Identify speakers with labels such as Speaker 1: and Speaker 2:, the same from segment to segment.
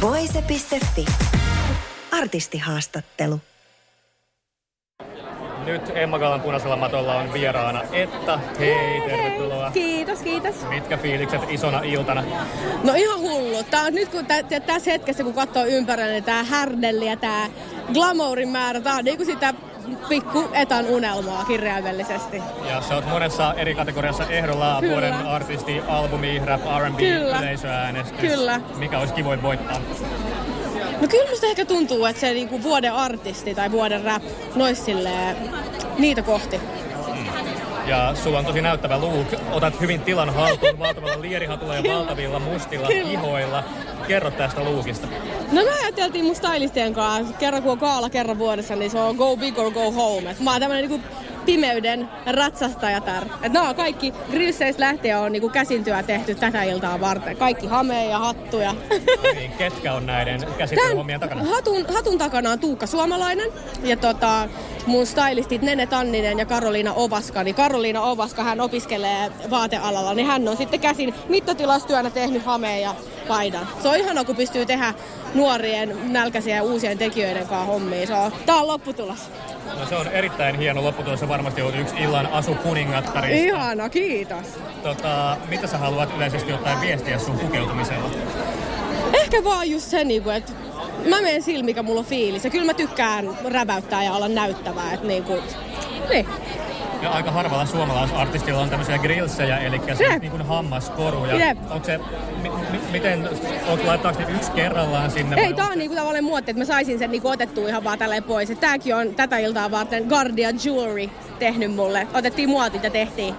Speaker 1: Voise.fi. Artistihaastattelu.
Speaker 2: Nyt Emma Galan punaisella matolla on vieraana Etta. Hei, tervetuloa.
Speaker 3: Kiitos, kiitos.
Speaker 2: Mitkä fiilikset isona iltana?
Speaker 3: No ihan hullu. Tää on nyt kun tä, tä, tässä hetkessä kun katsoo ympärille, niin tää härdelli ja tää glamourin määrä, tää on niinku sitä pikku etan unelmaa kirjaimellisesti.
Speaker 2: Ja sä oot monessa eri kategoriassa ehdolla
Speaker 3: Kyllä.
Speaker 2: vuoden artisti, albumi, rap, R&B,
Speaker 3: Kyllä.
Speaker 2: yleisöäänestys.
Speaker 3: Kyllä.
Speaker 2: Mikä olisi kivoin voittaa?
Speaker 3: No kyllä musta ehkä tuntuu, että se niinku vuoden artisti tai vuoden rap, nois silleen, niitä kohti.
Speaker 2: Ja sulla on tosi näyttävä look. Otat hyvin tilan haltuun valtavalla lierihatulla ja valtavilla mustilla
Speaker 3: Kyllä.
Speaker 2: ihoilla. Kerro tästä lookista.
Speaker 3: No me ajateltiin mun stylistien kanssa, kerran kun on kaala kerran vuodessa, niin se on go big or go home. Et mä oon tämmönen niinku pimeyden ratsastajatar. Et no kaikki grisseistä lähtien on niinku käsintyä tehty tätä iltaa varten. Kaikki hame ja hattuja.
Speaker 2: Niin, ketkä on näiden käsittelyhommien takana?
Speaker 3: Hatun, hatun takana on Tuukka Suomalainen ja tota, mun stylistit Nene Tanninen ja Karoliina Ovaska. Niin Karoliina Ovaska, hän opiskelee vaatealalla, niin hän on sitten käsin mittatilastyönä tehnyt hameen ja paidan. Se on ihanaa, kun pystyy tehdä nuorien, nälkäisiä ja uusien tekijöiden kanssa hommia. Se on, tää on lopputulos.
Speaker 2: No se on erittäin hieno lopputulos. Se varmasti on yksi illan asu kuningattarista.
Speaker 3: Ihana, kiitos.
Speaker 2: Tota, mitä sä haluat yleisesti ottaen viestiä sun pukeutumisella?
Speaker 3: Ehkä vaan just se, niinku, että mä menen sillä, mikä mulla on fiilis. Ja kyllä mä tykkään räväyttää ja olla näyttävää. Että niinku, niin.
Speaker 2: Ja aika harvalla suomalaisartistilla on tämmöisiä grillsejä, eli se
Speaker 3: Jep.
Speaker 2: niin kuin hammaskoruja.
Speaker 3: Jep.
Speaker 2: Onko se, mi, mi, miten, onko laittaako ne yksi kerrallaan sinne? vai
Speaker 3: Ei, tää
Speaker 2: onko-
Speaker 3: on niinku tavallaan muotti, että mä saisin sen niinku otettua ihan vaan tälleen pois. Et tääkin on tätä iltaa varten Guardia Jewelry tehnyt mulle. Otettiin muotit ja tehtiin.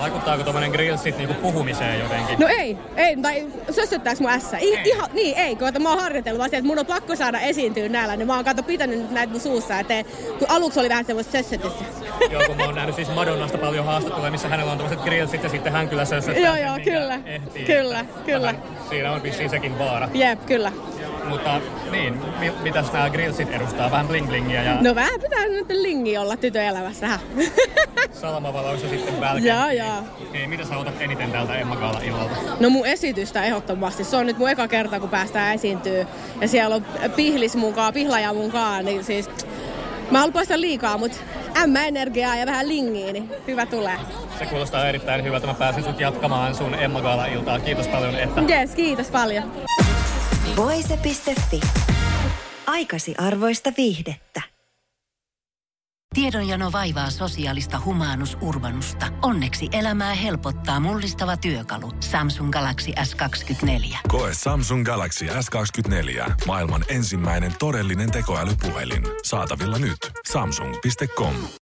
Speaker 2: Vaikuttaako tuommoinen grillsit niinku puhumiseen jotenkin?
Speaker 3: No ei, ei, tai sössöttääks mun ässä? I,
Speaker 2: Ei.
Speaker 3: ihan, niin ei, kun mä oon harjoitellut vaan sitä, että mun on pakko saada esiintyä näillä, niin mä oon kato pitänyt nyt näitä mun suussa, että kun aluksi oli vähän semmoista sössötystä.
Speaker 2: Joo, kun mä oon nähnyt siis Madonnasta paljon haastatteluja, missä hänellä on tämmöiset grillsit ja sitten hän kyllä sössöttää
Speaker 3: Joo,
Speaker 2: sen,
Speaker 3: joo,
Speaker 2: minkä
Speaker 3: kyllä.
Speaker 2: Ehtii,
Speaker 3: Kyllä,
Speaker 2: että
Speaker 3: kyllä.
Speaker 2: vähän- Siinä on vissiin sekin vaara.
Speaker 3: Jep, kyllä.
Speaker 2: Mutta niin, mi, mitäs nämä grillsit edustaa? Vähän bling-blingiä ja
Speaker 3: No vähän pitää nyt lingi olla tytön elämässä.
Speaker 2: salamavaloissa sitten välkeen.
Speaker 3: Joo, joo.
Speaker 2: Niin, mitä sä otat eniten tältä Emma Kaala illalta?
Speaker 3: No mun esitystä ehdottomasti. Se on nyt mun eka kerta, kun päästään esiintyy. Ja siellä on pihlis mukaan, pihlaja mukaan, niin siis... Mä haluan poistaa liikaa, mutta ämmä-energiaa ja vähän lingiä, niin hyvä tulee.
Speaker 2: Se kuulostaa erittäin hyvältä. Mä pääsin sut jatkamaan sun Emma Gaala iltaa. Kiitos paljon, että
Speaker 3: Yes, kiitos paljon.
Speaker 1: Voise.fi. Aikasi arvoista viihdettä.
Speaker 4: Tiedonjano vaivaa sosiaalista humanus urbanusta. Onneksi elämää helpottaa mullistava työkalu. Samsung Galaxy S24.
Speaker 5: Koe Samsung Galaxy S24. Maailman ensimmäinen todellinen tekoälypuhelin. Saatavilla nyt. Samsung.com.